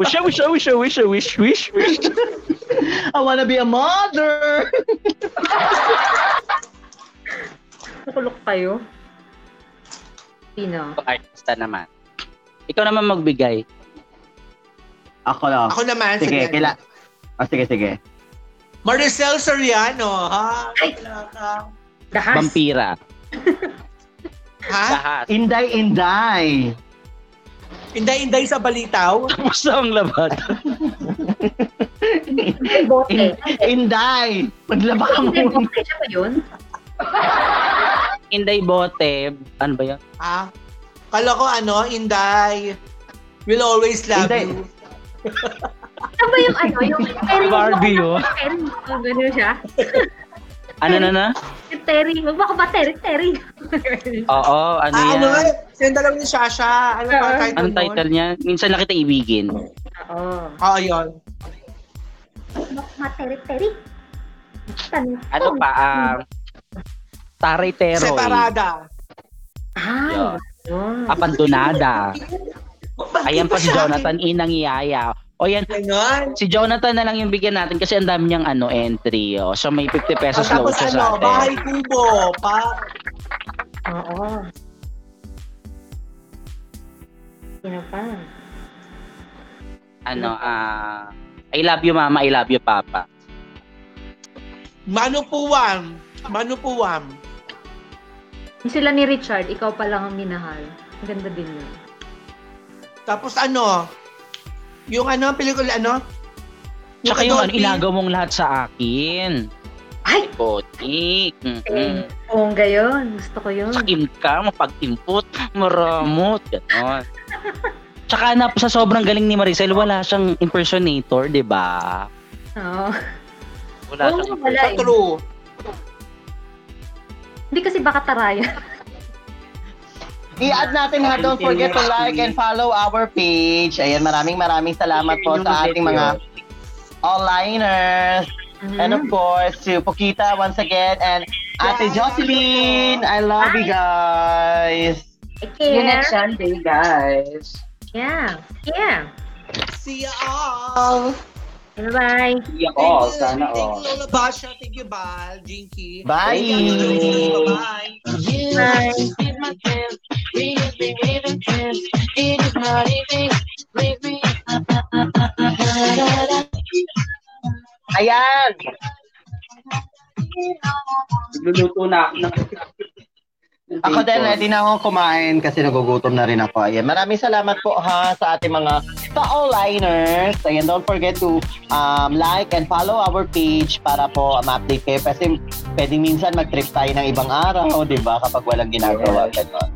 Wish, wish, wish, wish, wish, wish, wish. I wanna be a mother! Nakulok kayo. Sino? Artista naman. Ikaw naman magbigay. Ako lang. Ako naman, sige, sige. kila... Ah, sige, sige. Maricel Soriano, ha? Ay. Dahas. Vampira. Ha? Lahat. Inday, Inday! Inday-inday sa balitaw. Tapos na ang labat. Ay, bote. In- Inday! Maglaba ka Hindi, muna. bote siya ba yun? Inday Bote. Ano ba yun? Ha? Kala ko ano, Inday. Will always love Inday. you. Ano ba yung ano? Yung Terry. Barbie, oh. Terry. Oh, ganun siya. Ano na na? Si Terry. Wag mo ko ba Terry? Terry. Oo, ano ah, yan? ano eh? Sino talaga ni Shasha? Ano pa Ah. title Anong nun? title niya? Minsan lang kita ibigin. Oo. Oo, yun. Ma Terry, Terry. Tanong Ano ko. pa? Um, Taray Teroy. Separada. Ay. Ah, yun. Abandonada. Ayan pa si Jonathan Inang Yaya. O yan, Ganon. si Jonathan na lang yung bigyan natin kasi ang dami niyang ano, entry. O. So may 50 At pesos low tapos siya sa ano, atin. bahay kubo. Pa, Oo. Sino pa? Ano, ah... I love you mama, I love you papa. manupuwam. Manupuwam. Yung Sila ni Richard, ikaw pa lang ang minahal. Ang ganda din yun. Tapos ano, yung ano, pelikula ano? Tsaka yung ano, Dolphin. ilagaw mong lahat sa akin. Ay! Botik. Mm-mm. Bongga yun. Gusto ko yun. Im ka, mapag-imput, maramot, gano'n. Tsaka na, sa sobrang galing ni Maricel, wala siyang impersonator, di ba? Oo. Wala Oo, siyang wala Sa eh. true. Hindi kasi baka tarayan. I-add natin ha, don't forget to like and follow our page. Ayan, maraming maraming salamat po sa ating mga onliners. And of course, to Pokita once again and Ate Jocelyn. I love you guys. See you Yeah. next Sunday, guys. Yeah. Yeah. See you all. Bye-bye. Yeah, all. Thank you. Sana all. Thank you, Lola Basha. Thank you, Bal. Jinky. Bye! Thank you, Jocelyn. Bye-bye. Bye. Ayan! Nagluluto na ako ng... Ako din, ready na akong kumain kasi nagugutom na rin ako. Ayan, maraming salamat po ha sa ating mga pa-onliners. Ayan, don't forget to um, like and follow our page para po ma-update kayo. Kasi pwedeng minsan mag-trip tayo ng ibang araw, di ba? Kapag walang ginagawa. Ganun.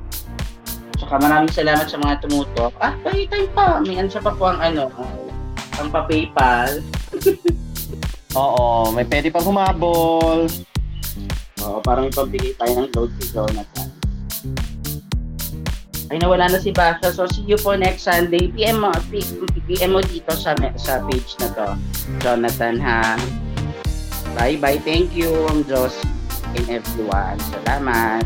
Tsaka maraming salamat sa mga tumutok. Ah, pahitay pa. May ano siya pa po ang ano, ang pa-PayPal. Oo, may pwede pang humabol. Oo, parang ipabigay tayo ng load si Jonathan. Ay, nawala na si Basha. So, see you po next Sunday. PM mo, PM mo dito sa, sa page na to. Jonathan, ha? Bye-bye. Thank you, Ma'am Diyos and everyone. Salamat.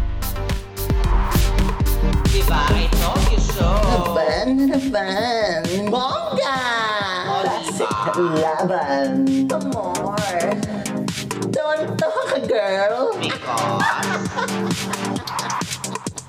Diba? I told you so. Laban, laban. Bongga! Laban. Some more. Don't talk, girl. Because